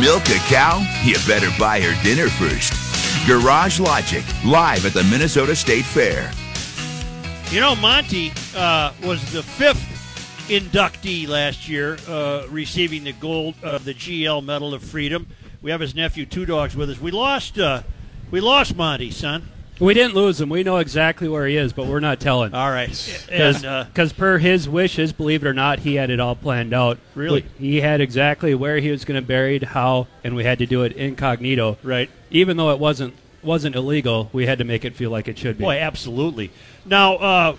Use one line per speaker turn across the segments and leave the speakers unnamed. Milk a cow? You better buy her dinner first. Garage Logic, live at the Minnesota State Fair.
You know, Monty uh, was the fifth inductee last year, uh, receiving the gold of the GL Medal of Freedom. We have his nephew Two Dogs with us. We lost, uh, we lost Monty, son.
We didn't lose him. We know exactly where he is, but we're not telling.
All right, and
Because
uh,
per his wishes, believe it or not, he had it all planned out.
Really?
We- he had exactly where he was going to be buried, how, and we had to do it incognito.
right,
Even though it wasn't wasn't illegal, we had to make it feel like it should be.
boy, absolutely. Now, uh,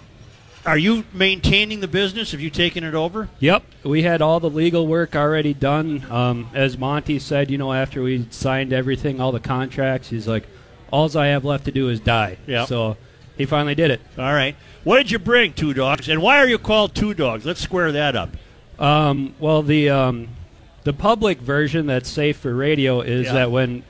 are you maintaining the business? Have you taken it over?
Yep, we had all the legal work already done. Um, as Monty said, you know, after we signed everything, all the contracts, he's like, "Alls I have left to do is die."
Yep.
So he finally did it.
All right. What did you bring, Two Dogs? And why are you called Two Dogs? Let's square that up.
Um, well, the um, the public version that's safe for radio is
Yeah.
that when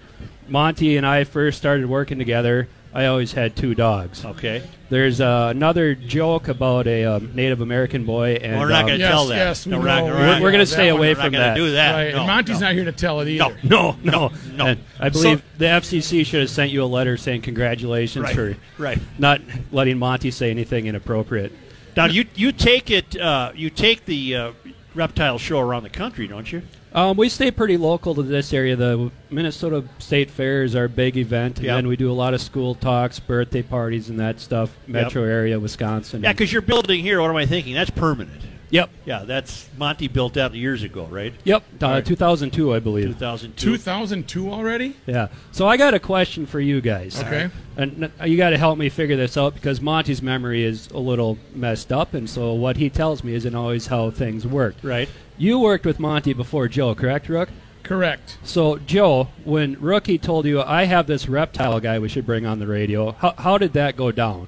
Monty and I first started working together, I always had two dogs.
Okay.
There's uh, another joke about a um, Native American boy, and
we're not
um,
going to
Yes,
tell that.
yes, we
No, we're not,
know.
we're
We're-
not-
we're gonna
that
stay
one,
away
we're not
from
gonna
that.
do that.
Right,
No,
and Monty's
no.
not here to tell it either.
no, no,
No.
And I believe the FCC should have sent you a letter saying congratulations
Right,
for
right.
not letting Monty say anything inappropriate.
Now you you take it uh, you take the uh, reptile show around the country, don't you?
Um, we stay pretty local to this area. The Minnesota State Fair is our big event, and
Yep.
then we do a lot of school talks, birthday parties, and that stuff. Metro area, Wisconsin.
Yeah,
and-
because you're building here. What am I thinking? That's permanent.
yep,
Yeah, that's Monty built that years ago, right?
yep. Uh, 2002, I believe.
2002.
2002 already?
Yeah. So I got a question for you guys.
Okay.
And n- you got to help me figure this out because Monty's memory is a little messed up, and so what he tells me isn't always how things work.
Right.
You worked with Monty before Joe, correct, Rook?
Correct.
So, Joe, when Rookie told you, I have this reptile guy we should bring on the radio, how, how did that go down?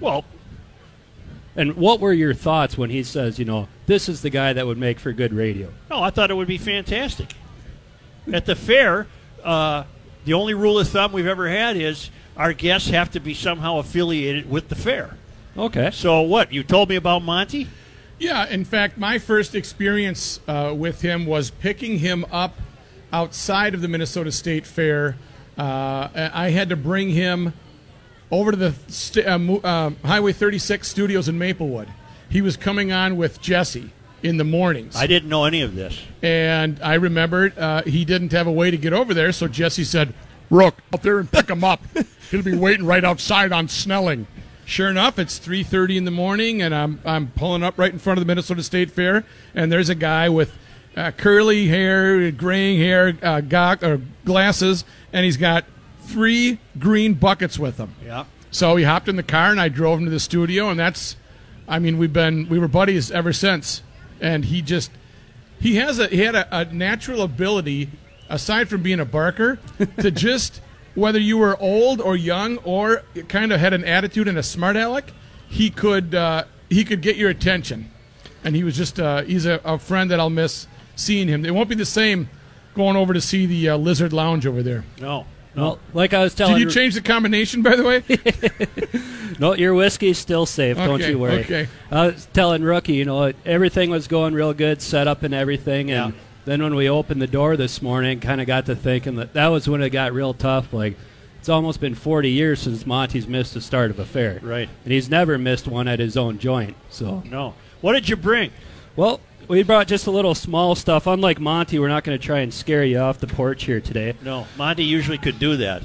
Well,
And what were your thoughts when he says, you know, this is the guy that would make for good radio?
no, I thought it would be fantastic. At the fair, uh, the only rule of thumb we've ever had is our guests have to be somehow affiliated with the fair.
Okay.
So what? You told me about Monty?
Yeah, in fact, my first experience uh, with him was picking him up outside of the Minnesota State Fair. Uh, I had to bring him over to the st- uh, mo- uh, Highway 36 studios in Maplewood. He was coming on with Jesse in the mornings.
I didn't know any of this.
and I remembered uh, he didn't have a way to get over there, so Jesse said, Rook, out there and pick him up. He'll be waiting right outside on Snelling. Sure enough, it's 3.30 in the morning, and I'm, I'm pulling up right in front of the Minnesota State Fair, and there's a guy with uh, curly hair, graying hair, uh, gog- or glasses, and he's got three green buckets with him.
Yeah.
So he hopped in the car and I drove him to the studio, and that's, I mean, we've been we were buddies ever since. And he just he has a he had a, a natural ability, aside from being a barker, to just whether you were old or young or kind of had an attitude and a smart aleck, he could uh, he could get your attention. And he was just uh, he's a, a friend that I'll miss seeing him. It won't be the same going over to see the uh, Lizard Lounge over there.
No. No.
Well, like I was telling
Did you change the combination, by the way?
No, your whiskey's still safe. don't
Okay,
you worry.
okay.
I was telling Rookie, you know, everything was going real good, setup and everything. And
Yeah.
then when we opened the door this morning, kind of got to thinking that that was when it got real tough. Like, it's almost been 40 years since Monty's missed the start of a fair.
Right.
And he's never missed one at his own joint. So,
No. What did you bring?
well, we brought just a little small stuff. Unlike Monty, we're not going to try and scare you off the porch here today.
No. Monty usually could do that.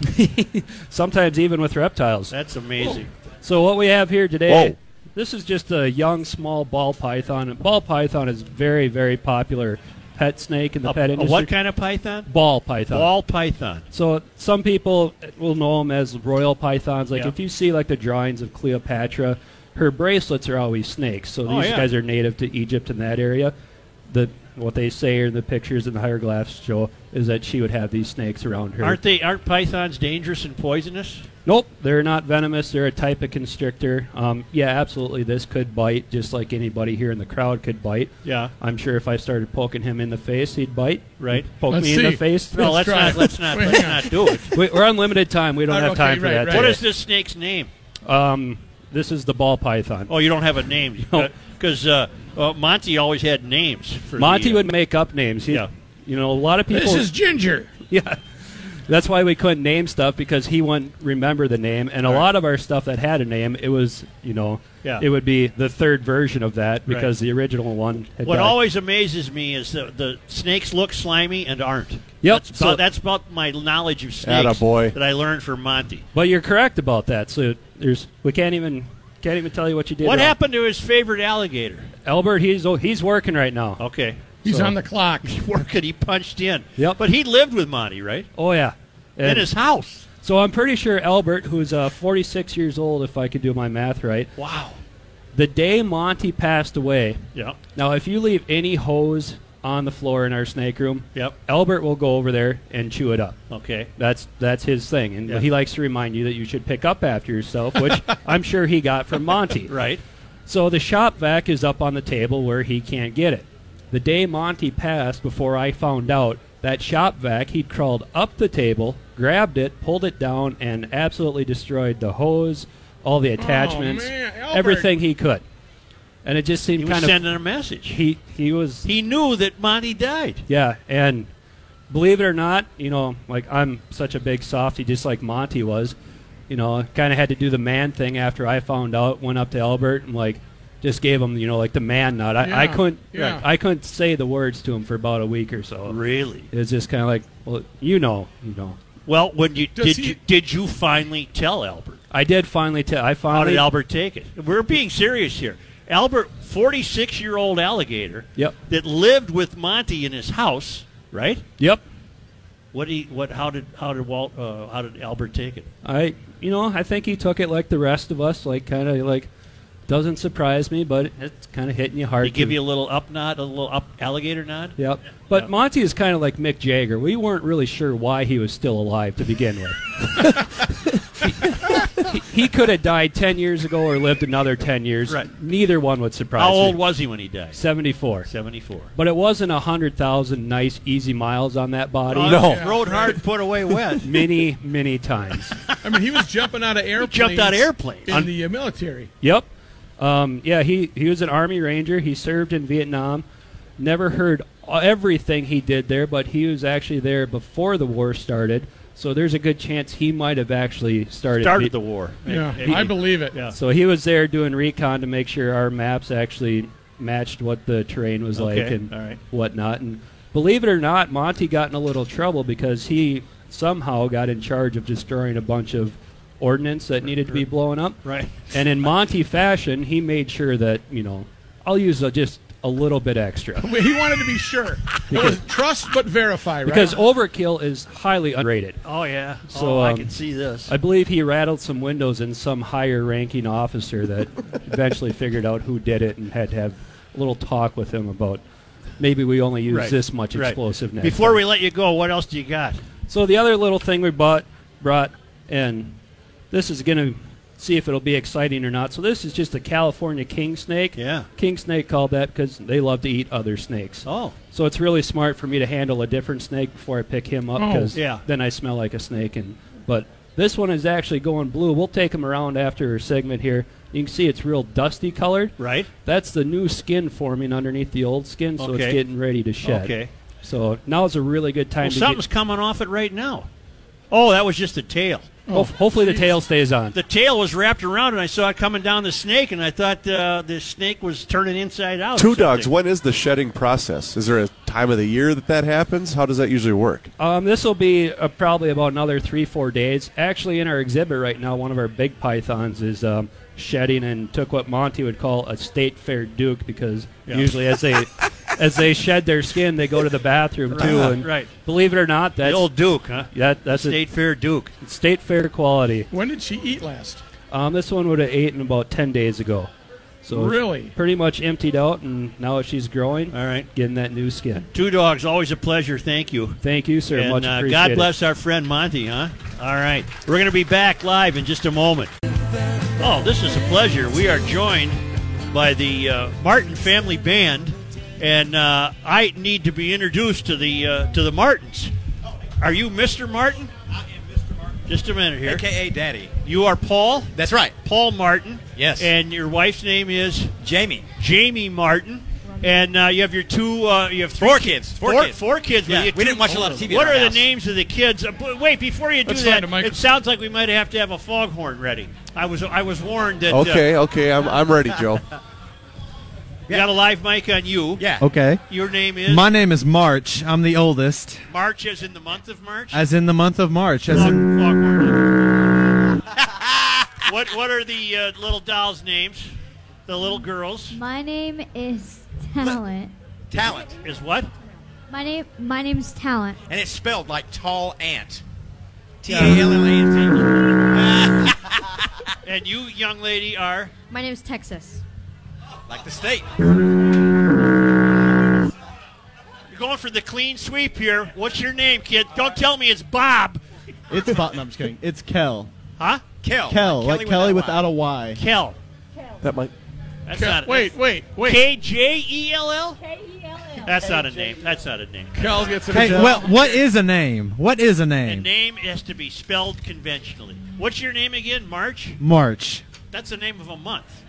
Sometimes even with reptiles.
That's amazing.
So what we have here today,
Whoa.
this is just a young, small ball python. And Ball python is very, very popular pet snake in the
A,
pet
a
industry.
what kind of python?
Ball python.
Ball python.
So some people will know them as royal pythons. Like
Yeah.
if you see like the drawings of Cleopatra, her bracelets are always snakes. So
Oh,
these
yeah.
guys are native to Egypt and that area. The what they say in the pictures and the hieroglyphs show is that she would have these snakes around her.
Aren't they? Aren't pythons dangerous and poisonous?
Nope, they're not venomous. They're a type of constrictor. Um, yeah, absolutely. This could bite just like anybody here in the crowd could bite.
Yeah.
I'm sure if I started poking him in the face, he'd bite.
Right.
Poke
Let's
me in the
see.
face.
No,
Let's
let's,
try
not.
it.
Let's not.
Wait,
let's
hang on.
not do it.
We- We're on limited time. We don't
Oh,
have
okay,
time for
right,
that.
right.
What
today.
is this snake's name?
Um, this is the ball python.
Oh, you don't have a name
No.
because uh, uh, Monty always had names. For
Monty
the,
would make up names. He,
Yeah.
You know, a lot of people.
This is Ginger.
yeah. That's why we couldn't name stuff because he wouldn't remember the name, and a lot of our stuff that had a name, it was you know,
Yeah.
it would be the third version of that because the original one. Had
What
died.
always amazes me is that the snakes look slimy and aren't.
Yep,
That's about,
so-
that's about my knowledge of snakes
Attaboy.
that I learned from Monty.
But you're correct about that. So there's we can't even can't even tell you what you did.
What
wrong.
happened to his favorite alligator?
Albert? He's oh, he's working right now.
Okay.
He's
So-
on the clock.
Working, he punched in.
Yep.
But he lived with Monty, right?
Oh yeah.
In
And
his house.
so I'm pretty sure Albert, who's uh, 46 years old, if I could do my math right,
Wow.
the day Monty passed away.
Yep.
Now, if you leave any hose on the floor in our snake room,
Yep.
Albert will go over there and chew it up.
Okay.
That's that's his thing, and
Yeah.
he likes to remind you that you should pick up after yourself, which I'm sure he got from Monty.
Right.
So the shop vac is up on the table where he can't get it. The day Monty passed, before I found out that shop vac, he'd crawled up the table, grabbed it, pulled it down, and absolutely destroyed the hose, all
Oh,
the attachments,
man, Albert.
everything he could. And it just seemed
He was
kind of
sending a message. He,
he he was
knew that Monty died.
yeah, and believe it or not, you know, like I'm such a big softie, just like Monty was. You know, kind of had to do the man thing after I found out. Went up to Albert and like just gave him, you know, like the man nod. I, I
Yeah,
couldn't,
yeah.
I couldn't say the words to him for about a week or so.
Really?
It was just kind of like, well, you know, you know.
Well, when you
Does
did
he-
you did you finally tell Albert?
I did finally tell. I
How did
finally.
Albert take it? We're being serious here. Albert, 46 year old alligator
Yep.
that lived with Monty in his house, right?
Yep.
What he what how did how did Walt uh, how did Albert take it?
I, you know, I think he took it like the rest of us, like kind of like, doesn't surprise me, but it's kind of hitting you hard.
Did he give
to-
you a little up nod, a little up alligator nod?
Yep. But
Yeah.
Monty is kind of like Mick Jagger. We weren't really sure why he was still alive to begin with. he, he could have died 10 years ago or lived another 10 years.
Right.
Neither one would surprise
How old
me.
was he when he died?
74.
74.
But it wasn't 100,000 nice, easy miles on that body.
No.
Rode hard, put away wet.
Many, many times.
I mean, he was jumping out of airplanes.
jumped out of airplanes.
in the uh, military.
Yep. Um, yeah, he, he was an Army Ranger. He served in Vietnam. Never heard everything he did there, but he was actually there before the war started. So there's a good chance he might have actually started.
Started the
Vi-
war.
Yeah,
He-
I believe it.
Yeah.
So he was there doing recon to make sure our maps actually matched what the terrain was like
Okay,
and
all right.
whatnot. And believe it or not, Monty got in a little trouble because he somehow got in charge of destroying a bunch of ordnance that needed to be blown up.
Right.
And in Monty fashion, he made sure that you know I'll use a, just a little bit extra
He wanted to be sure. It was trust but verify, right?
because overkill is highly underrated.
Oh yeah.
So,
oh, I
um,
can see this.
I believe he rattled some windows in some higher ranking officer that eventually figured out who did it and had to have a little talk with him about maybe we only use
Right.
this much
Right.
explosive next
Before
time.
we let you go, what else do you got?
So the other little thing we bought brought and this is gonna see if it'll be exciting or not. So this is just a California king snake.
Yeah.
King snake called that because they love to eat other snakes.
Oh.
So it's really smart for me to handle a different snake before I pick him up
Oh,
because
yeah.
then I smell like a snake. And but this one is actually going blue. We'll take him around after our segment here. You can see it's real dusty colored.
Right.
That's the new skin forming underneath the old skin, so
Okay.
it's getting ready to shed.
Okay.
So now's a really good time
Well,
to
something's
get.
coming off it right now. Oh, that was just the tail. Oh,
ho- hopefully the tail stays on.
The tail was wrapped around, and I saw it coming down the snake, and I thought uh, the snake was turning inside out. or
Two
something.
dogs. When is the shedding process? Is there a time of the year that that happens? How does that usually work?
Um, this will be uh, probably about another three, four days. Actually, in our exhibit right now, one of our big pythons is um, shedding and took what Monty would call a state fair duke because
Yeah.
usually as they as they shed their skin, they go to the bathroom too.
Right,
And
right.
believe it or not,
The
that's
old Duke, huh?
that, that's
State Fair Duke.
a state fair quality.
when did she eat last?
Um, this one would have eaten about ten days ago. So it's
Really?
pretty much emptied out, and now she's growing,
All right.
getting that new skin.
Two dogs, always a pleasure. Thank you.
Thank you, sir.
and
much
uh,
appreciated.
God bless our friend Monty, huh? All right. We're going to be back live in just a moment. Oh, this is a pleasure. We are joined by the uh, Martin Family Band, and uh, I need to be introduced to the uh, to the Martins. Are you Mr. Martin? I am Mr. Martin. Just a minute here.
AKA Daddy.
You are Paul.
That's right.
Paul Martin.
Yes.
And your wife's name is
Jamie.
Jamie Martin. And uh, you have your two, uh, you have three
Four
ki-
kids. Four kids.
Four kids. with
Yeah,
your
we
two-
didn't watch a lot of TV in
What
our
are the
house.
names of the kids? Uh, but wait, before you do
Let's
that,
find a mic-
it sounds like we might have to have a foghorn ready. I was, I was warned that. uh,
Okay, okay, I'm, I'm ready, Joe.
we got a live mic on you.
Yeah.
Okay.
Your name is
My name is March. I'm the oldest,
March, as in the month of March.
as in the month of March. As in,
Fog- foghorn. what, what are the uh, little dolls' names? The little girls
My name is Talent.
Talent.
is what?
My name my name's Talent.
And it's spelled like tall ant. T A L L A N T.
And you, young lady, are.
My name's Texas.
Like the state.
You're going for the clean sweep here. What's your name, kid? Don't tell me it's Bob.
it's Bob. No, I'm just kidding. It's Kel.
Huh?
Kel.
Kel, like, Kelly without a Y.
Kel.
That might.
That's not
wait, wait, wait. E
K J E L L? That's not a name. That's not a name.
Kel gets it.
Hey, well, what is a name? What is a
A
name?
name has to be spelled conventionally. What's your name again? March?
March.
That's the name of a month.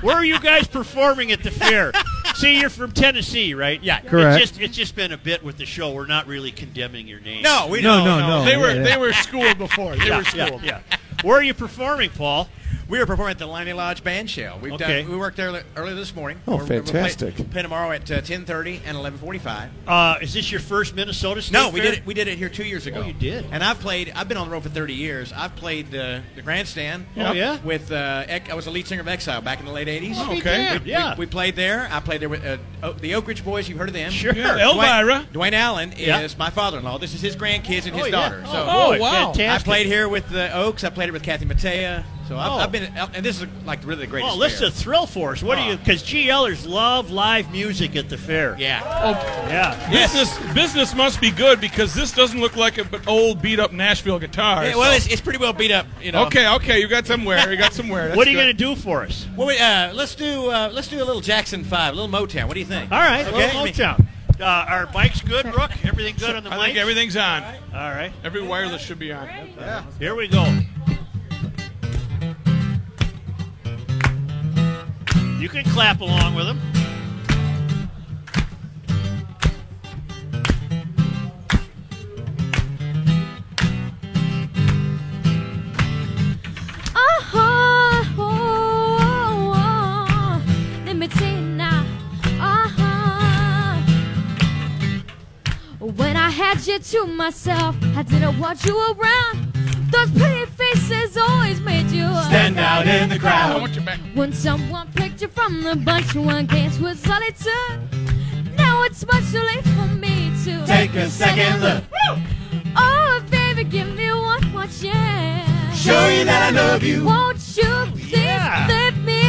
Where are you guys performing at the fair? See, you're from Tennessee, right?
Yeah.
Correct.
It's just, it's just been a bit with the show. We're not really condemning your name.
No, we
No,
don't.
no, no.
they were
Yeah, yeah.
they were schooled before. They
Yeah,
were schooled.
yeah, yeah. Where are you performing, Paul?
We were performing at the Liney Lodge Band Shell. We've
Okay.
done. We worked there early- earlier this morning.
Oh,
We're- we're play-
fantastic.
Play tomorrow at uh, ten thirty and eleven forty-five.
Uh, is this your first Minnesota State
No, we
Fair?
did it. We did it here two years ago.
Oh, you did.
And I've played. I've been on the road for thirty years. I've played uh, the grandstand.
Oh, yeah? Oh,
With uh, Ec- I was a lead singer of Exile back in the late eighties.
Okay.
Yeah.
We played there. I played there with uh, o- the Oak Ridge Boys. You've heard of them.
Sure.
Yeah.
Dwayne-
Elvira.
Dwayne Allen is
Yeah.
my father-in-law. This is his grandkids and his
yeah.
daughter. So
Oh,
boy,
wow.
I
Fantastic.
played here with the Oaks. I played it with Kathy Mattea. So I've,
Oh.
I've been, uh, and this is like really the greatest.
Well, this
fair.
is a thrill for us. What do
Oh.
you? Because GLers love live music at the fair.
yeah.
Oh,
Yeah.
business business must be good because this doesn't look like an old beat up Nashville guitar.
Yeah, well, it's, it's pretty well beat up, you know.
okay, okay, you got somewhere. You got somewhere. That's
what are you
good.
going to do for us?
Well, wait, uh, let's do uh, let's do a little Jackson Five, a little Motown. What do you think?
All right.
Okay.
Little Motown. Uh, our bike's good, Brooke. Everything good on the
I think
mic?
everything's on.
All right.
Every wireless should be on.
Here we go. You can clap along with them.
Uh-huh. Oh, oh, oh. Let me tell you now. Uh-huh. When I had you to myself, I didn't want you around. Those pretty faces always made you stand out in the crowd.
I want you back.
When someone picked you from the bunch, one glance was all it took. Now it's much too late for me to take a second look. Oh, baby, give me one more chance. Show you that I love you. Won't you please let me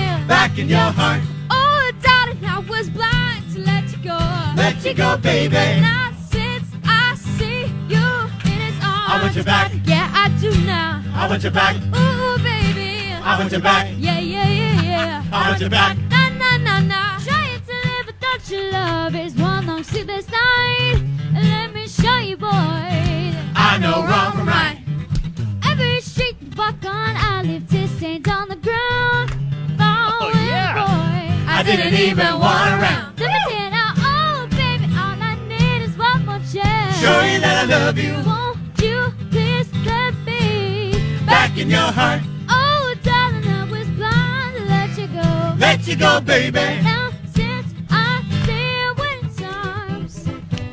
in? Back in your heart. Oh, darling, I was blind to let you go. Let you go, baby. But now since I see you in his arms, I want you back. Yeah, I do now. I want you back. Ooh, baby. I want you back. Yeah, yeah, yeah, yeah. I want you back. Na, na, na, na. Trying to live without your love is one long sleepless night. Let me show you, boy. I know wrong from right. Every street you walk on, I leave to stains on the ground. Falling, boy. Oh, I didn't even want around. Let me tell you now, oh, baby, all I need is one more chance. Show you that I love you. Won't you please let me back in your heart? Oh, darling, I was blind to let you go. Let you go, baby. Now, since I see you in his arms,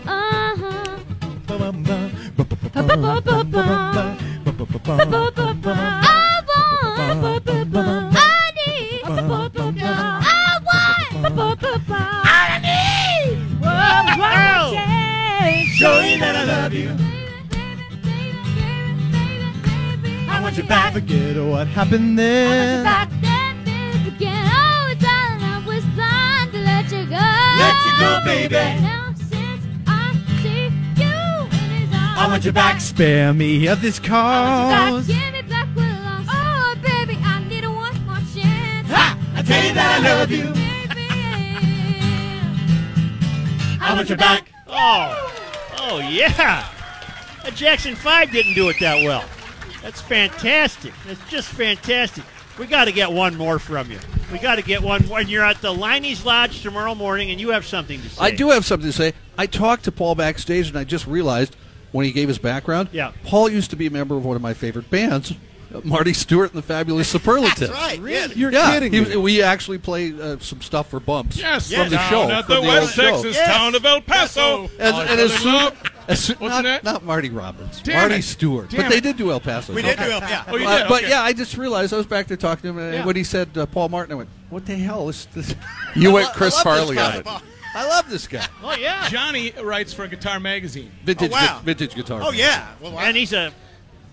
uh-huh. Showing that I love you. I want you back.
Forget what happened then.
Back then, baby, again. Oh, darling, I was blind to let you go. Let you go, baby. Now, since I see you in his arms, I want you back.
Spare me of this
Back,
cause.
give me back what I lost. Oh, baby, I need a one more chance.
I tell you that I love you.
Baby. I want you back.
Oh, oh yeah. That Jackson Five didn't do it that well. That's fantastic. That's just fantastic. We got to get one more from you. We got to get one when you're at the Liney's Lodge tomorrow morning, and you have something to say.
I do have something to say. I talked to Paul backstage, and I just realized when he gave his background.
Yeah.
Paul used to be a member of one of my favorite bands, Marty Stewart and the Fabulous Superlatives.
That's right. Really?
You're yeah, kidding he, We actually played uh, some stuff for Bumps.
Yes.
from the
Down
show.
at
from
the
the
West
old show.
Texas
Yes.
town of El Paso.
And,
I
and
fell
as
in
soon,
love.
as soon
What's
not,
that?
not Marty Robbins,
Damn
Marty
it.
Stewart,
Damn
but they
it.
did do El Paso.
We did do it. Yeah.
Oh, you
Uh,
did?
But
Okay.
yeah, I just realized I was back there talking to him, and
Yeah.
when he said uh, Paul Martin, I went, "What the hell is this?"
You
I
went
lo- I
Chris
love this
Farley
guy.
on it.
I love this guy.
Oh yeah.
Johnny writes for Guitar Magazine.
Vintage,
Oh, wow.
vintage guitar.
Oh yeah. Well, I,
And he's a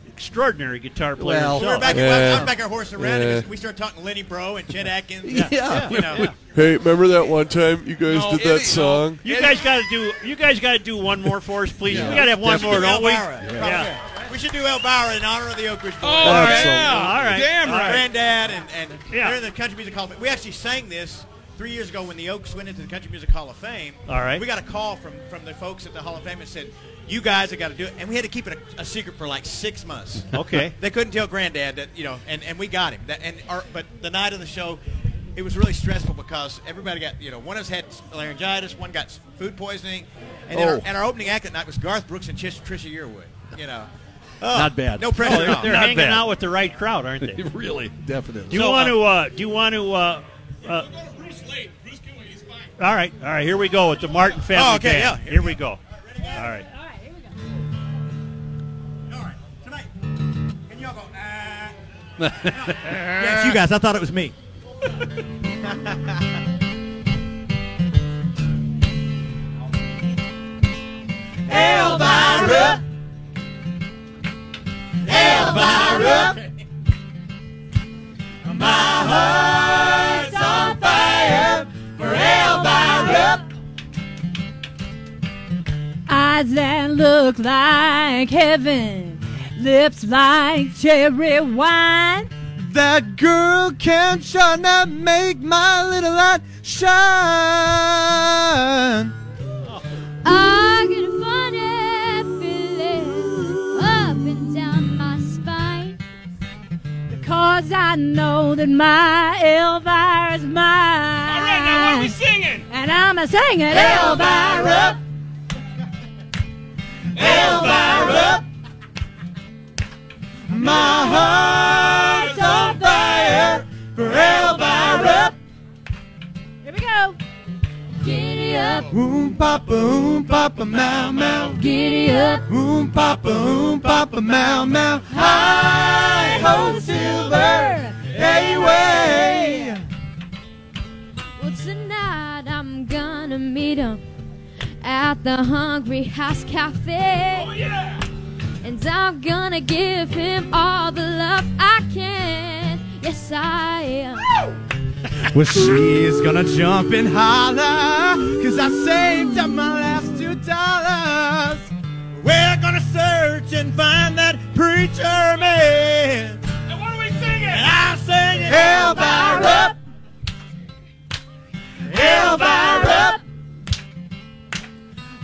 extraordinary guitar player.
Well- uh,
we're
himself.
back.
Yeah.
I'm back our horse around.
Yeah.
and We start talking Lenny Bro and Chet Atkins.
Yeah. Yeah.
You know.
Hey, remember that one time you guys
No,
did
Eddie, no.
that song?
You guys got to do. You guys got to do one more for us, please. We got to have one more, don't we?
Elvira.
Yeah.
We should do Elvira in honor of the Oak Ridge Boys.
Oh,
Absolutely.
yeah.
All right.
Damn
All
right.
Granddad and, and
Yeah.
they're in the Country Music Hall of Fame. We actually sang this three years ago when the Oaks went into the Country Music Hall of Fame.
All right.
We got a call from, from the folks at the Hall of Fame and said, you guys have got to do it. And we had to keep it a, a secret for like six months.
Okay.
They couldn't tell Granddad that, you know, and, and we got him. That, and our, But the night of the show, it was really stressful because everybody got, you know, one of us had laryngitis, one got s- food poisoning. And, then our,
Oh.
and our opening act that night was Garth Brooks and Trish, Trisha Yearwood, you know. Oh,
Not bad.
No pressure at all.
They're
Not
hanging
bad.
out with the right crowd, aren't they? Do
really, definitely.
you
So,
want
uh,
to? Uh, do you want to? Uh, uh,
Go to Bruce Lane. Bruce Gilligan, he's fine.
all right. All right. Here we go with the Martin family.
Oh, okay,
Band.
yeah, here
Here we go. All right.
All right, here we go.
All right, tonight. Can y'all go? Uh, yes, you guys. I thought it was me. Elvira, Elvira, my heart's on fire for Elvira.
Eyes that look like heaven, lips like cherry wine.
That girl can shine that make my little light shine.
I get a funny feeling up and down my spine. Because I know that my Elvira's mine. All right, now what are we singing? And I'm a singing Elvira.
Elvira, my heart's on fire for Elvira.
Here we go. Giddy up,
Oom papa, oom papa, mow mow.
giddy up.
Oom papa, oom papa, mow mow. Hi ho, silver, hey way.
Well, tonight I'm gonna meet him at the Hungry House Cafe. Oh, yeah! And I'm gonna give him all the love I can. Yes, I am.
Well, she's gonna jump and holler, cause I saved up my last two dollars.
We're gonna search and find that preacher man. And what are we singing? And I sing it.
Elvira, Elvira,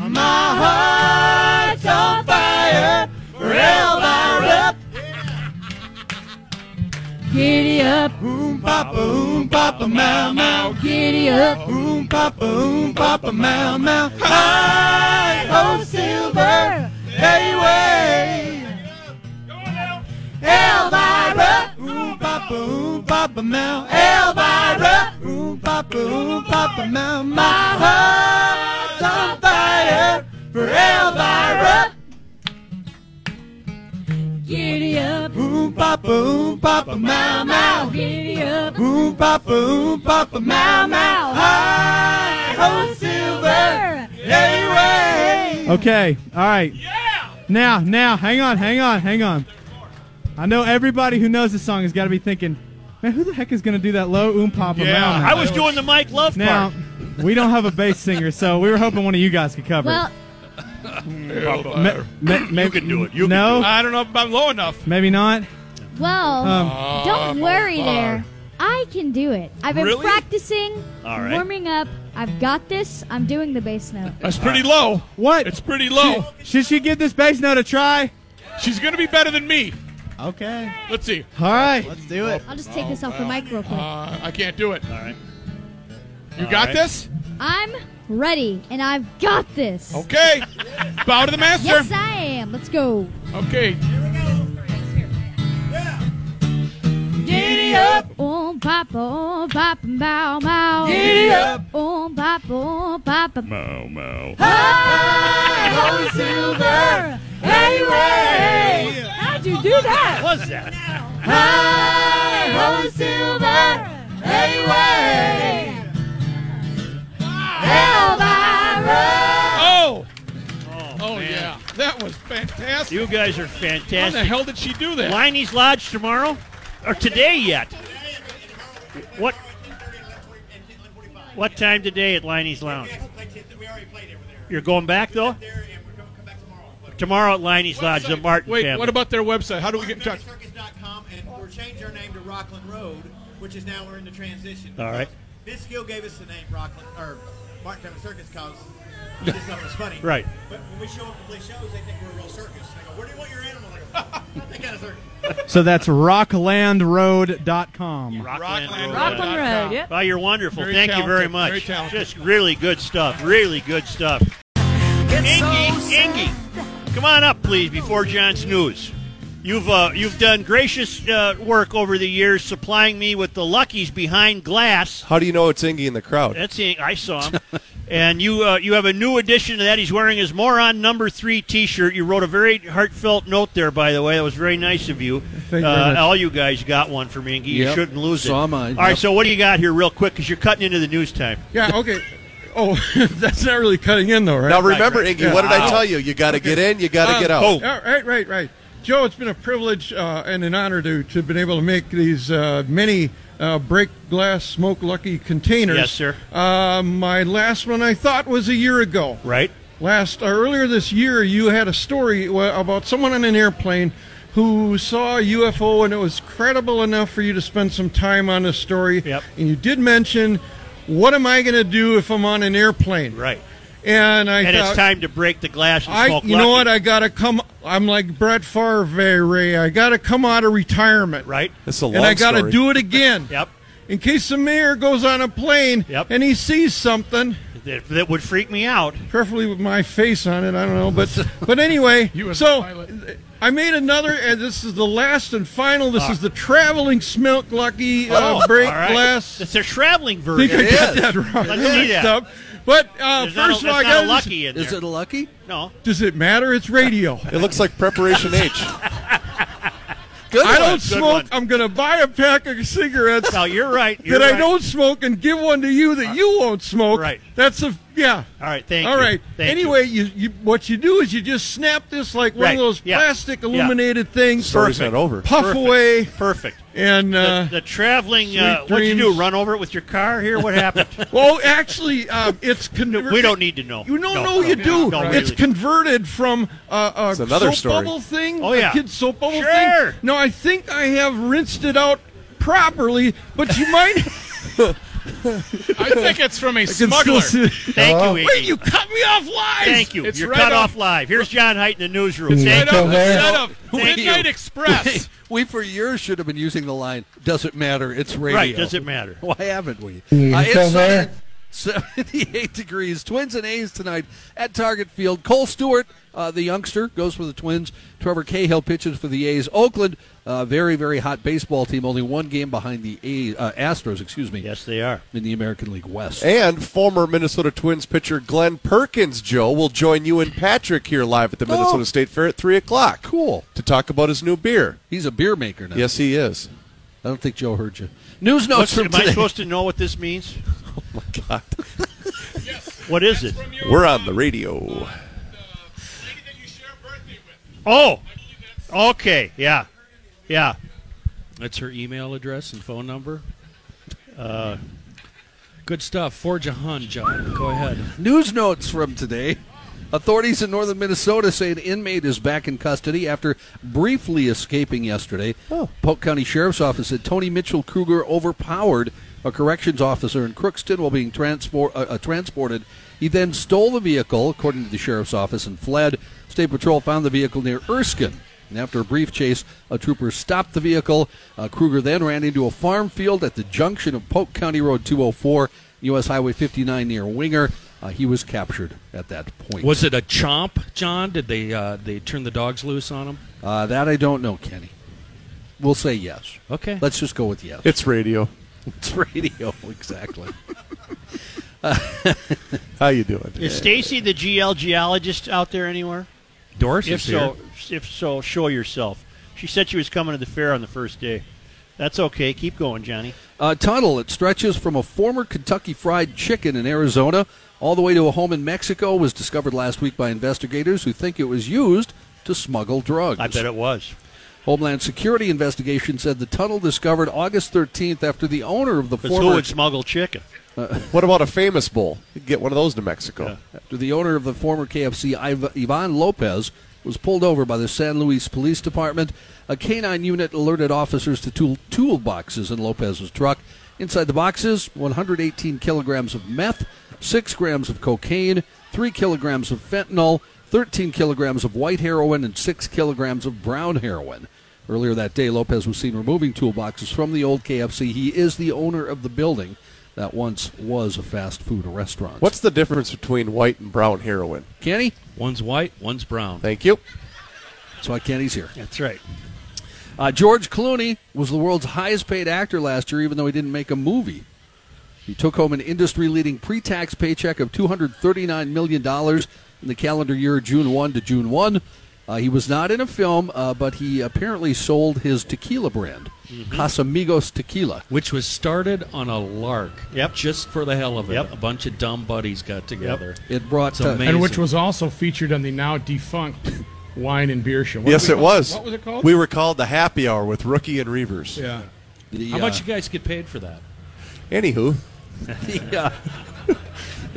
my heart's on fire for Elvira.
Giddy up,
Boom papa, boom papa, mow mow.
giddy up.
Boom papa, boom papa, mow mow. Hi ho, silver, hey way. Elvira, boom papa, boom papa, mow. Elvira, boom papa, boom papa, mow. My heart's on fire for Elvira.
Giddy up,
Boom papa, boom papa, mow mow.
giddy up.
Boom papa, boom papa, mow mow. Hi ho, silver. Okay, all right. Yeah. Now, now, hang on, hang on, hang on. I know everybody who knows this song has got to be thinking, man, who the heck is going to do that low oom papa
Yeah,
mow mow?"
I was doing the Mike Love
Now,
part.
we don't have a bass singer, so we were hoping one of you guys could cover.
Well,
uh,
it. Ma- ma-
You can do it. You
no,
I don't know if I'm low enough. Uh,
maybe not.
well,
Um,
Oh, don't worry there. I can do it. I've been
Really?
practicing,
All right.
warming up. I've got this. I'm doing the bass note.
That's pretty low.
what?
It's pretty low.
Should she give this bass note a try?
She's going to be better than me.
Okay.
Let's see.
All right.
Let's do
Oh,
it.
I'll just take this off the mic real quick.
Uh, I can't do it.
All right.
You
All
got
right.
this?
I'm ready, and I've got this.
Okay. Bow to the master.
Yes, I am. Let's go.
Okay.
Giddy up.
Oh, pop, oh, pop, bow, bow.
Giddy up.
Oh, pop, oh, pop, bow.
High, holy silver. Anyway.
How'd you do that?
What's that?
High, holy
Holy
silver.
silver.
Anyway.
Elvira.
Oh.
Oh,
Oh
man.
yeah. That was fantastic.
You guys are
How the
fantastic.
hell did she do that?
Liney's Lodge tomorrow? Or today yet? What what time today at Liney's Lounge?
We already played it over there.
You're going back though?
There, and we're going to come back tomorrow.
Tomorrow at Liney's Lodge, the Martin
Wait,
family.
what about their website? How do we get in touch?
RocklandCircus.com, and we're changing our name to Rockland Road, which is now we're in the transition.
All right.
This skill gave us the name Rockland or Martin Family Circus because we just thought it was funny.
Right.
But when we show up to play shows, they think we're a real circus. They go, "Where do you want your animal?" I go, "I think at a circus."
So that's rocklandroad.com.
Rockland, Road.
Rockland Road, yep.
Wow, Oh, you're wonderful.
Very
Thank you very
talented,
much.
very talented.
Just really good stuff. Really good stuff. Ingy, Ingy, come on up, please, before John's news. You've uh, you've done gracious uh, work over the years, supplying me with the luckies behind glass.
How do you know it's Ingy in the crowd?
That's the, I saw him, and you uh, you have a new addition to that. He's wearing his moron number three T-shirt. You wrote a very heartfelt note there, by the way. That was very nice of you.
Thank you very
uh,
much.
All you guys got one for me. and You
Yep.
shouldn't lose it.
Saw mine.
All right,
Yep.
so what do you got here, real quick? Because you're cutting into the news time.
Yeah, okay. Oh, that's not really cutting in though, right?
Now remember,
right.
Ingy, what did I tell you? You got to get in, you got to
Uh,
get out.
oh.
Yeah, right, right, right. Joe, it's been a privilege uh, and an honor to to have been able to make these uh, many uh, break glass smoke lucky containers.
Yes, sir.
Uh, my last one I thought was a year ago.
Right.
Last uh, earlier this year, you had a story wh- about someone on an airplane who saw a UFO, and it was credible enough for you to spend some time on this story.
Yep.
And you did mention, "What am I going to do if I'm on an airplane?"
Right.
And I
And
thought,
it's time to break the glass and
I,
smoke.
you know what?
lucky.
I gotta come. I'm like Brett Favre, Ray. I gotta come out of retirement,
right.
That's a long
And I gotta
story.
do it again.
Yep.
In case the mayor goes on a plane
Yep.
and he sees something,
That, that would freak me out.
preferably with my face on it. I don't know, but but anyway. so I made another, and this is the last and final. This is the traveling smelt lucky uh,
Ah. Oh,
break
all right.
glass.
It's their traveling
I
version.
think I got that wrong.
Let's see that.
Stuff. But uh,
There's not a-
first of all,
that's
I
not a
gotta-
lucky in there.
Is it a lucky?
no.
does it matter? It's radio.
It looks like preparation H. Good
I
one.
don't
good
smoke.
one.
I'm going to buy a pack of cigarettes
No, you're right. You're
that
right.
I don't smoke and give one to you that you won't smoke.
Right.
That's a yeah.
All right, thank
All
you.
right.
Thank
anyway, you. You, what you do is you just snap this like one
Right.
of those
Yeah.
plastic
Yeah.
illuminated things.
Story's not over.
Puff away
Perfect.
and.
The,
Uh,
the traveling, uh,
sweet
what'd you do?
dreams.
Run over it with your car here? What happened?
well, actually, uh, it's conver-
we don't need to know.
You don't
No,
know
no,
you do.
no,
it's
really.
converted from uh, a
It's another
soap
story.
bubble thing.
Oh,
a
yeah.
kid's soap bubble
Sure.
thing. Now I think I have rinsed it out properly, but you might.
I think it's from a
Can still
smuggler.
see-
Thank you, Iggy.
Wait, you cut me off live.
Thank you.
It's
You're
right
cut
off-
off live. Here's John Height in the newsroom. Thank
Right
you.
up instead of
Thank you.
Midnight Express.
we for years should have been using the line. Does it matter? It's radio.
Right, does it matter?
Why haven't we? Uh, it's Sunday, 78 degrees. Twins and A's tonight at Target Field. Cole Stewart, uh, the youngster, goes for the Twins. Trevor Cahill pitches for the A's. Oakland, uh, very, very hot baseball team, only one game behind the A's, uh, Astros, excuse me,
Yes, they are.
in the American League West.
And former Minnesota Twins pitcher Glenn Perkins, Joe, will join you and Patrick here live at the Minnesota State Fair at 3 o'clock.
Cool.
To talk about his new beer.
He's a beer maker now.
Yes, he is.
I don't think Joe heard you. News notes
What's,
from
am I
today.
supposed to know what this means? Oh, my God. what is it?
We're on the radio.
Oh, okay. Yeah. Yeah.
That's her email address and phone number. Uh, good stuff. Forge a hun, John. Go ahead.
News notes from today. Authorities in northern Minnesota say an inmate is back in custody after briefly escaping yesterday. Polk County Sheriff's Office said Tony Mitchell Kruger overpowered a corrections officer in Crookston while being transport, uh, uh, transported. He then stole the vehicle, according to the Sheriff's Office, and fled. State Patrol found the vehicle near Erskine. And after a brief chase, a trooper stopped the vehicle. Uh, Kruger then ran into a farm field at the junction of Polk County Road 204, U.S. Highway 59 near Winger. Uh, he was captured at that point.
Was it a chomp, John? Did they uh, they turn the dogs loose on him?
Uh, that I don't know, Kenny. We'll say yes.
Okay.
Let's just go with yes.
It's radio.
It's radio, exactly.
How you doing?
Is Stacy the GL geologist out there anywhere?
Doris
If
is
so, if so, show yourself. She said she was coming to the fair on the first day. That's okay. Keep going, Johnny.
A tunnel. Uh, It stretches from a former Kentucky Fried Chicken in Arizona all the way to a home in Mexico was discovered last week by investigators who think it was used to smuggle drugs. I bet
it was.
Homeland Security investigation said the tunnel discovered August 13th after the owner of the
Because
former
who would smuggle chicken?
what about a famous bowl? You can get one of those to Mexico.
after the owner of the former KFC, Iv- Ivan Lopez, was pulled over by the San Luis Police Department. A canine unit alerted officers to tool- toolboxes in Lopez's truck. Inside the boxes, 118 kilograms of meth, 6 grams of cocaine, 3 kilograms of fentanyl, 13 kilograms of white heroin, and 6 kilograms of brown heroin. Earlier that day, Lopez was seen removing toolboxes from the old KFC. He is the owner of the building that once was a fast food restaurant.
What's the difference between white and brown heroin?
Kenny?
One's white, one's brown.
Thank you.
That's why Kenny's here.
That's right.
Uh, George Clooney was the world's highest paid actor last year, even though he didn't make a movie. He took home an industry leading pre tax paycheck of $239 million in the calendar year June 1 to June 1. Uh, he was not in a film, uh, but he apparently sold his tequila brand, Casamigos Tequila.
Mm-hmm. Which was started on a lark.
Yep.
Just for the hell of it.
Yep.
A bunch of dumb buddies got together.
It brought
it's
uh,
amazing.
and which was also featured on the now defunct wine and beer show. What
yes,
we
it
call-
was.
What was it called?
We were called the Happy Hour with Rookie and Reavers.
Yeah.
How much
uh,
you guys get paid for that?
Anywho,
the, uh,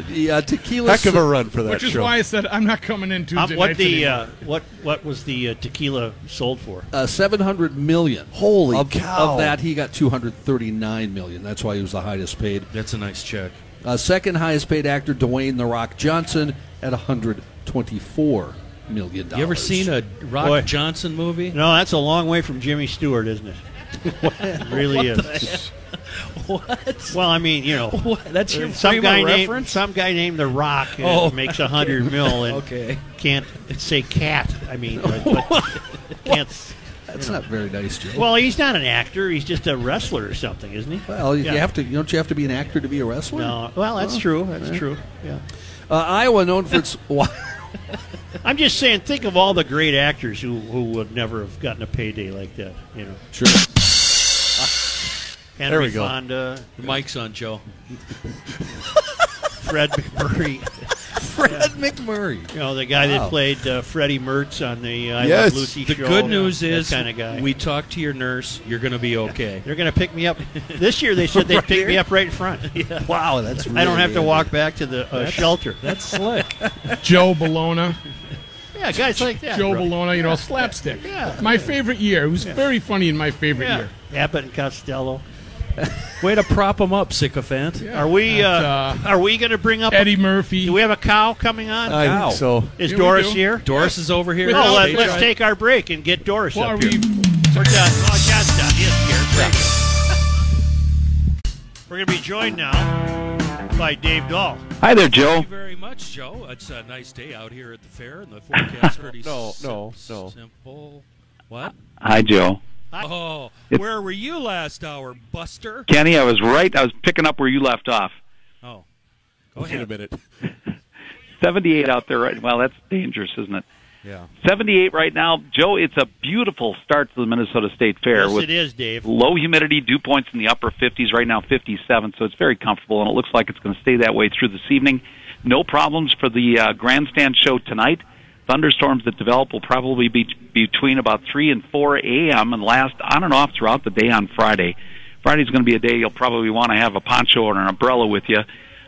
the uh, tequila.
heck of a run for that
Which is
show.
why I said I'm not coming in Tuesday
Um, what
nights
the
anymore.
uh, what what was the uh, tequila sold for?
Uh, 700 million.
Holy
of,
cow.
Of that, he got 239 million. That's why he was the highest paid.
That's a nice check.
Uh, second highest paid actor, Dwayne The Rock Johnson, at 124 million dollars.
You ever seen a Rock
Boy.
Johnson movie?
No, that's a long way from Jimmy Stewart, isn't it? it really is.
What?
Well, I mean, you know,
What? That's your
Uh, some
frame
guy
of
named
reference?
some guy named The Rock uh,
Oh,
makes a hundred mil and
Okay.
can't say cat. I mean, but, but can't.
That's not very nice, Joe. Well,
Well, he's not an actor. He's just a wrestler or something, isn't he? yeah.
you have to. Don't you have to be an actor to be a wrestler?
No. Well, that's
Oh,
true. That's
yeah.
true. Yeah.
Uh, Iowa, known for its. Well,
I'm just saying. Think of all the great actors who who would never have gotten a payday like that. You know,
sure.
Henry
we go.
Fonda,
The mic's on, Joe.
Fred McMurray.
Fred McMurray.
You know, the guy
Wow.
that played uh, Freddie Mertz on the uh, I
Yes.
Love Lucy
The
show.
good news
that
is
kind of guy.
we talked to your nurse. You're going to be okay.
They're going to pick me up. This year they said they'd pick me up right in front.
Wow, that's. Really
I don't have to
handy.
walk back to the uh, shelter.
That's slick.
Joe Bologna.
Yeah, guys like that.
Joe
bro.
Bologna, you know, slapstick.
Yeah.
My favorite year. It was very funny in my favorite
Yeah.
year.
Abbott and Costello.
Way to prop him up, sycophant.
Are we? Uh,
That's,
are we going to bring up?
Eddie Murphy.
do we have a cow coming on?
I think so.
is
Yeah, we
Doris
do.
here?
Doris is over here.
With
Oh,
all
let,
the-
us take our break and get Doris
well,
up
are
here.
we
We're done. Oh, John's done. He is here. Thank you. We're going to be joined now by Dave Dahl.
Hi there,
Thank
Joe.
you very much, Joe. It's a nice day out here at the fair, and the forecast pretty
No, no,
sim-
no.
simple. What?
Hi, Joe.
Oh,
It-
where were you last hour, Buster?
Kenny, I was right. I was picking up where you left off.
Oh, go
Wait a
ahead.
minute.
78 out there right Well, that's dangerous, isn't it?
Yeah.
78 right now. Joe, it's a beautiful start to the Minnesota State Fair
Yes,
with
it is, Dave.
low humidity, dew points in the upper 50s, right now 57, so it's very comfortable, and it looks like it's going to stay that way through this evening. No problems for the uh, grandstand show tonight. Thunderstorms that develop will probably be between about 3 and 4 a.m. and last on and off throughout the day on Friday. Friday's going to be a day you'll probably want to have a poncho or an umbrella with you.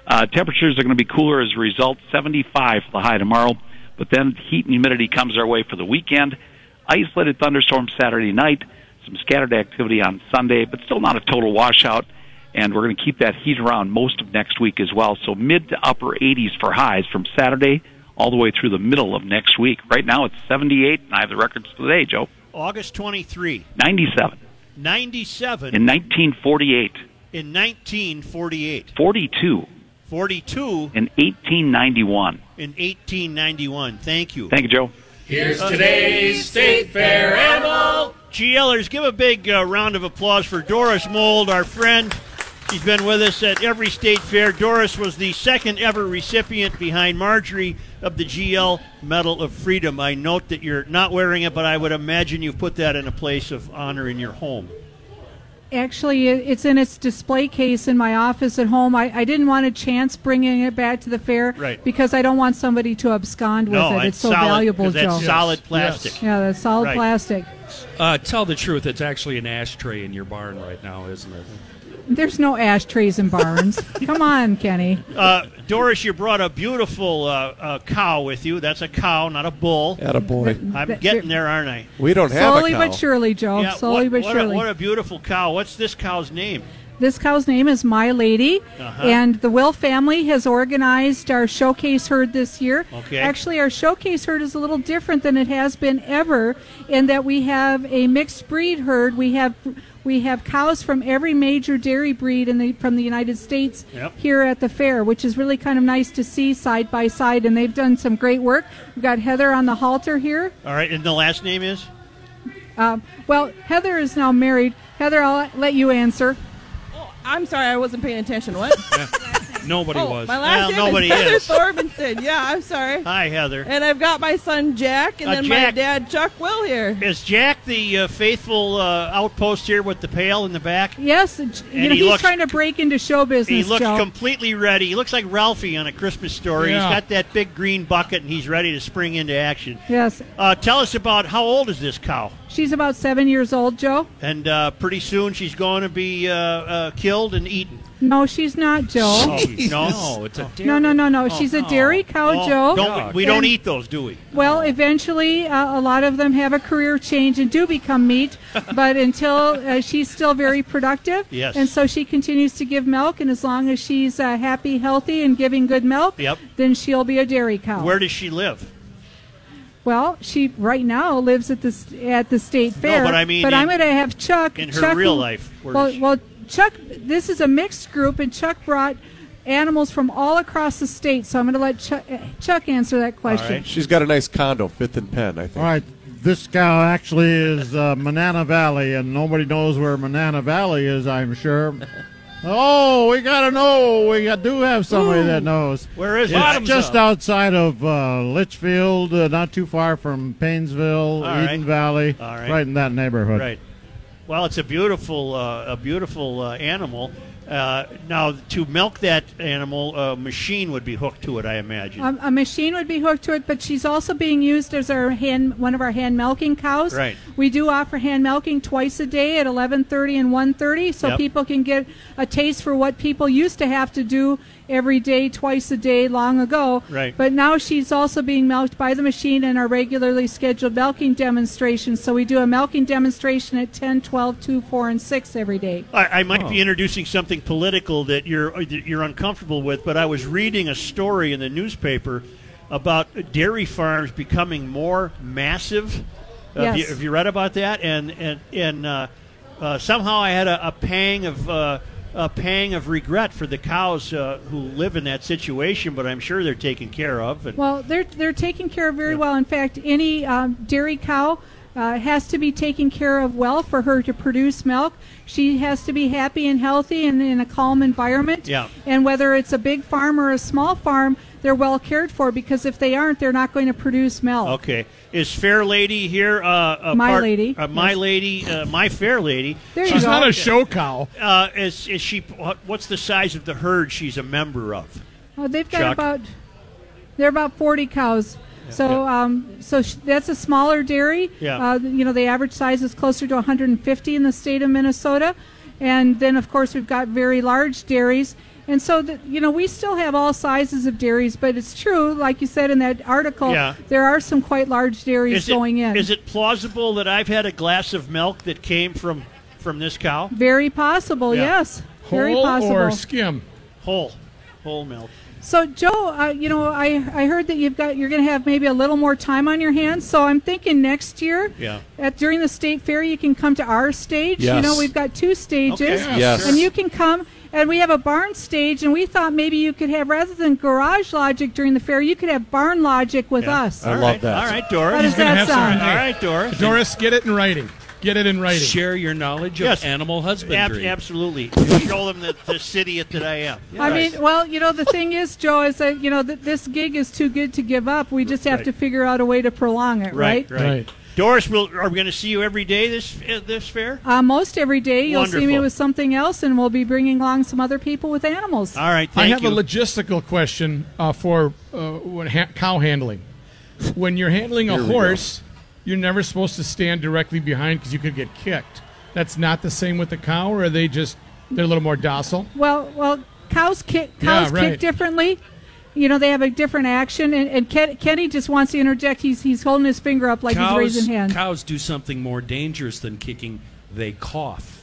Uh, temperatures are going to be cooler as a result, 75 for the high tomorrow, but then heat and humidity comes our way for the weekend. Isolated thunderstorms Saturday night some scattered activity on Sunday, but still not a total washout. And we're going to keep that heat around most of next week as well. So mid to upper 80s for highs from Saturday all the way through the middle of next week. Right now it's 78, and I have the records today, Joe.
August 23,
97.
97
In 1948.
in 1948,
42.
42
In 1891.
in 1891. Thank you.
Thank you, Joe.
Here's
today's State Fair
animal. GLers, give a big uh, round of applause for Doris Mold, our friend. She's been with us at every state fair. Doris was the second ever recipient behind Marjorie of the GL Medal of Freedom. I note that you're not wearing it, but I would imagine you've put that in a place of honor in your home.
Actually, it- it's in its display case in my office at home. I, I didn't want to chance bringing it back to the fair
Right.
because I don't want somebody to abscond with
No,
it.
it's
It's so
solid,
valuable,
'cause that's
Joe.
solid Yes. plastic.
Yeah, that's solid
Right.
plastic.
Uh, tell the truth, it's actually an ashtray in your barn right now, isn't it?
There's no ashtrays in barns. Come on, Kenny.
Uh, Doris, you brought a beautiful uh, uh, cow with you. That's a cow, not a bull.
Attaboy.
I'm getting there, aren't I?
We don't have
Slowly
a cow.
but surely, Joe.
Yeah,
Slowly but
what, what
surely.
A, what a beautiful cow. What's this cow's name?
This cow's name is My Lady,
Uh-huh.
and the Will family has organized our showcase herd this year.
Okay.
Actually, our showcase herd is a little different than it has been ever, in that we have a mixed breed herd. We have we have cows from every major dairy breed in the from the United States
Yep.
here at the fair, which is really kind of nice to see side by side. And they've done some great work. We've got Heather on the halter here.
All right, and the last name is?
Um, well, Heather is now married. Heather, I'll let you answer.
Oh, I'm sorry, I wasn't paying attention. What?
Nobody
oh,
was.
My last
Well,
name
nobody
is Heather
is.
Thorbenson. Yeah, I'm sorry.
Hi, Heather.
And I've got my son Jack, and
Uh,
then my
Jack.
dad Chuck Will here.
Is Jack the uh, faithful uh, outpost here with the pail in the back?
Yes, you know,
he
he's
looks-
trying to break into show business.
He looks
Joe.
completely ready. He looks like Ralphie on a Christmas story.
Yeah.
He's got that big green bucket and he's ready to spring into action.
yes,
Uh, tell us about how old is this cow?
she's about seven years old, Joe.
And uh, pretty soon she's going to be uh, uh, killed and eaten.
No, she's not, Joe.
Oh, no, no, it's a
No, no, no, no. she's a dairy cow, Joe.
Don't we, we don't
And-
eat those, do we?
Well, eventually, uh, a lot of them have a career change and do become meat, but until uh, she's still very productive.
Yes.
And so she continues to give milk, and as long as she's uh, happy, healthy, and giving good milk,
Yep.
then she'll be a dairy cow.
Where does she live?
Well, she right now lives at the s- at the state fair.
but I mean
but
in-
I'm going to have Chuck
in her
Chuck-
real life, where
Well,
does she-
well, Chuck, this is a mixed group, and Chuck brought animals from all across the state. So I'm going to let Chuck, Chuck answer that question.
She's got a nice condo, Fifth and Penn, I think.
All right, this cow actually is uh, Manana Valley, and nobody knows where Manana Valley is, I'm sure. Oh, we gotta know. We got, do have somebody that knows.
Where is it?
it's
Bottoms
just
up.
outside of uh, Litchfield, uh, not too far from Paynesville,
All right.
Eden Valley,
All right.
in that neighborhood.
Right. Well, it's a beautiful, uh, a beautiful uh, animal. Uh, now, to milk that animal, a machine would be hooked to it, I imagine.
Um, a machine would be hooked to it, but she's also being used as our hand, one of our hand milking cows.
Right.
We do offer hand milking twice a day at 11:30 and 1:30, so
Yep.
people can get a taste for what people used to have to do every day, twice a day, long ago.
Right.
But now she's also being milked by the machine in our regularly scheduled milking demonstrations. So we do a milking demonstration at 10, 12, 2, 4, and 6 every day.
I, I might
Oh.
be introducing something political that you're uh, that you're uncomfortable with, but I was reading a story in the newspaper about dairy farms becoming more massive. Uh, Have, you,
Yes.
have you read about that? And and and uh, uh, somehow I had a, a pang of. Uh, a pang of regret for the cows uh, who live in that situation, but I'm sure they're taken care of. And
Well, they're they're taken care of very well. In fact, any um, dairy cow uh, has to be taken care of well for her to produce milk. She has to be happy and healthy and in a calm environment.
Yeah.
And whether it's a big farm or a small farm, they're well cared for because if they aren't, they're not going to produce milk.
Okay, is Fair Lady here? Uh, uh,
My lady.
uh, my
Yes.
lady, uh, my Fair Lady.
There you She's go. not a
show cow. Uh, is is she? what- What's the size of the herd she's a member of?
Uh, they've got
Chuck.
about they're about 40 cows. So, um, so sh- that's a smaller dairy.
Yeah.
Uh, you know, the average size is closer to 150 in the state of Minnesota, and then of course we've got very large dairies. And so, the, you know, we still have all sizes of dairies, but it's true, like you said in that article,
Yeah.
there are some quite large dairies
Is it-
going in.
Is it plausible that I've had a glass of milk that came from from this cow?
Very possible,
Yeah.
yes. Very possible.
skim? Whole, whole milk.
So, Joe, uh, you know, I, I heard that you've got you're going to have maybe a little more time on your hands. So I'm thinking next year,
Yeah.
at during the state fair, you can come to our stage. You
Yes.
know, we've got two stages,
Okay. Yes.
and you can come. And we have a barn stage, and we thought maybe you could have rather than garage logic during the fair, you could have barn logic with us.
All right, All right, Doris.
How does that sound?
All right, Doris.
Doris, get it in writing. Get it in writing.
Share your knowledge
Yes.
animal husbandry.
Ab- absolutely. Show them the, the city that I am.
I mean, well, you know, the thing is, Joe, is that you know that this gig is too good to give up. We just have
Right.
to figure out a way to prolong it,
right,
right?
right. Doris, will are we going to see you every day this uh, this fair?
Uh, most every day, you'll see me
Wonderful.
with something else, and we'll be bringing along some other people with animals.
All right,
I
thank
have
you.
a logistical question uh, for uh, when ha- cow handling. When you're handling a
Here we go.
horse, you're never supposed to stand directly behind because you could get kicked. That's not the same with the cow, or are they just they're a little more docile?
Well, well, cows kick
Yeah,
cows
right.
kick differently. You know, they have a different action, and, and Ken, Kenny just wants to interject. He's he's holding his finger up like
cows,
he's raising hand.
cows do something more dangerous than kicking. They cough.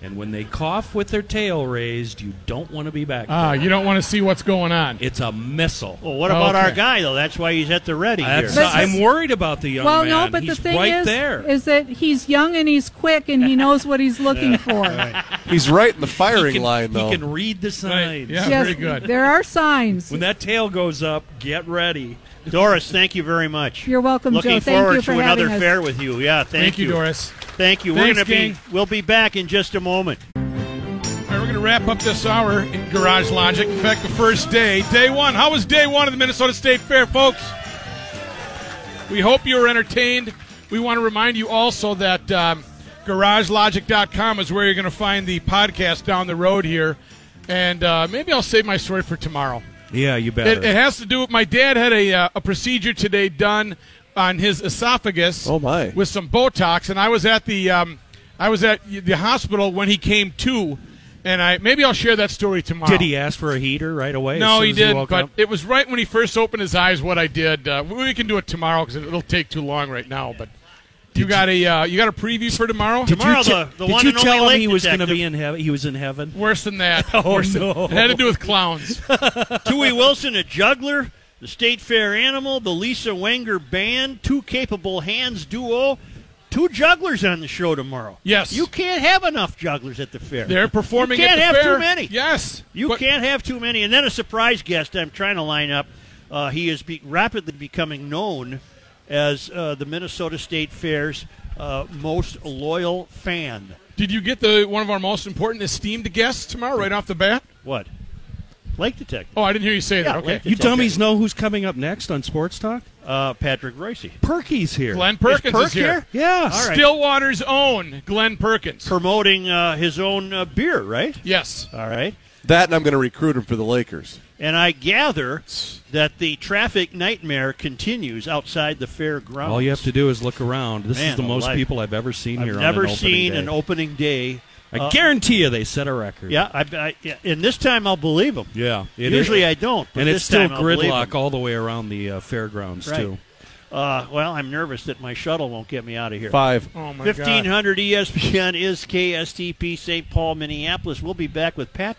And when they cough with their tail raised, you don't want to be back.
Ah, you don't want to see what's going on.
It's a missile.
Well, what about our guy though? That's why he's at the ready
That's-
here.
I'm worried about the young
well,
man.
no, but
He's
the thing
right
is,
there.
is that he's young and he's quick, and he knows what he's looking for.
He's right in the firing
He can-
line, though.
He can read the signs.
Yes, There are signs.
When that tail goes up, get ready.
Doris, thank you very much.
You're welcome,
Looking
Joe. Thank
forward
you for
to
having
another
us.
fair with you. Yeah, thank,
Thank you, Doris.
Thank you.
Thanks,
We're going to
gang.
be. We'll be back in just a moment.
All right, we're going to wrap up this hour in Garage Logic. In fact, the first day, day one. How was day one of the Minnesota State Fair, folks? We hope you were entertained. We want to remind you also that um, GarageLogic.com is where you're going to find the podcast down the road here. And uh, maybe I'll save my story for tomorrow.
Yeah, you
It, it has to do with my dad had a, uh, a procedure today done on his esophagus. Oh my! With some Botox, and I was at the um, I was at the hospital when he came to, and I maybe I'll share that story tomorrow.
Did he ask for a heater right away? as
No,
soon
he
as he
did,
woke
but
up?
it was right when he first opened his eyes. What I did, uh, we we can do it tomorrow because it'll take too long right now. But you got a uh, you got a preview for tomorrow?
Did you, te- did you tell him he was going to be in heaven? He was in heaven.
Worse than that.
Oh
Worse than-
no!
It had to do with clowns.
Tui Wilson, a juggler, the State Fair Animal, the Lisa Wenger Band, two capable hands duo, two jugglers on the show tomorrow.
Yes.
You can't have enough jugglers at the fair.
They're performing
You
at
can't
the
have
fair.
too many.
Yes.
You can't have too many. And then a surprise guest I'm trying to line up. Uh, he is be- rapidly becoming known as uh, the Minnesota State Fair's uh, most loyal fan.
Did you get the one of our most important esteemed guests tomorrow right off the bat?
What? Lake detective.
Oh, I didn't hear you say that.
Yeah,
Okay.
Lake
You dummies know who's coming up next on Sports Talk?
Uh, Patrick Ricey.
Perky's here.
Glenn Perkins is,
Perk
here.
here? Yeah. All right.
Stillwater's own Glenn Perkins.
Promoting uh, his own uh, beer, right?
Yes.
All right.
That, and I'm going to recruit him for the Lakers.
And I gather that the traffic nightmare continues outside the fairgrounds.
All you have to do is look around. This
Man
is the most
alive.
people I've ever seen
I've
here.
never
on an opening
seen
day.
an opening day.
I
uh,
guarantee you, they set a record.
Yeah, I, I, yeah, and this time I'll believe them.
yeah. it is.
Usually I don't, but
and
this
it's still
time I'll believe
gridlock
'em.
all the way around the uh, fairgrounds
Right.
too.
Uh, well, I'm nervous that my shuttle won't get me out of here. E
Five. Oh, my God.
1500 ESPN is KSTP St. Paul, Minneapolis. We'll be back with Pat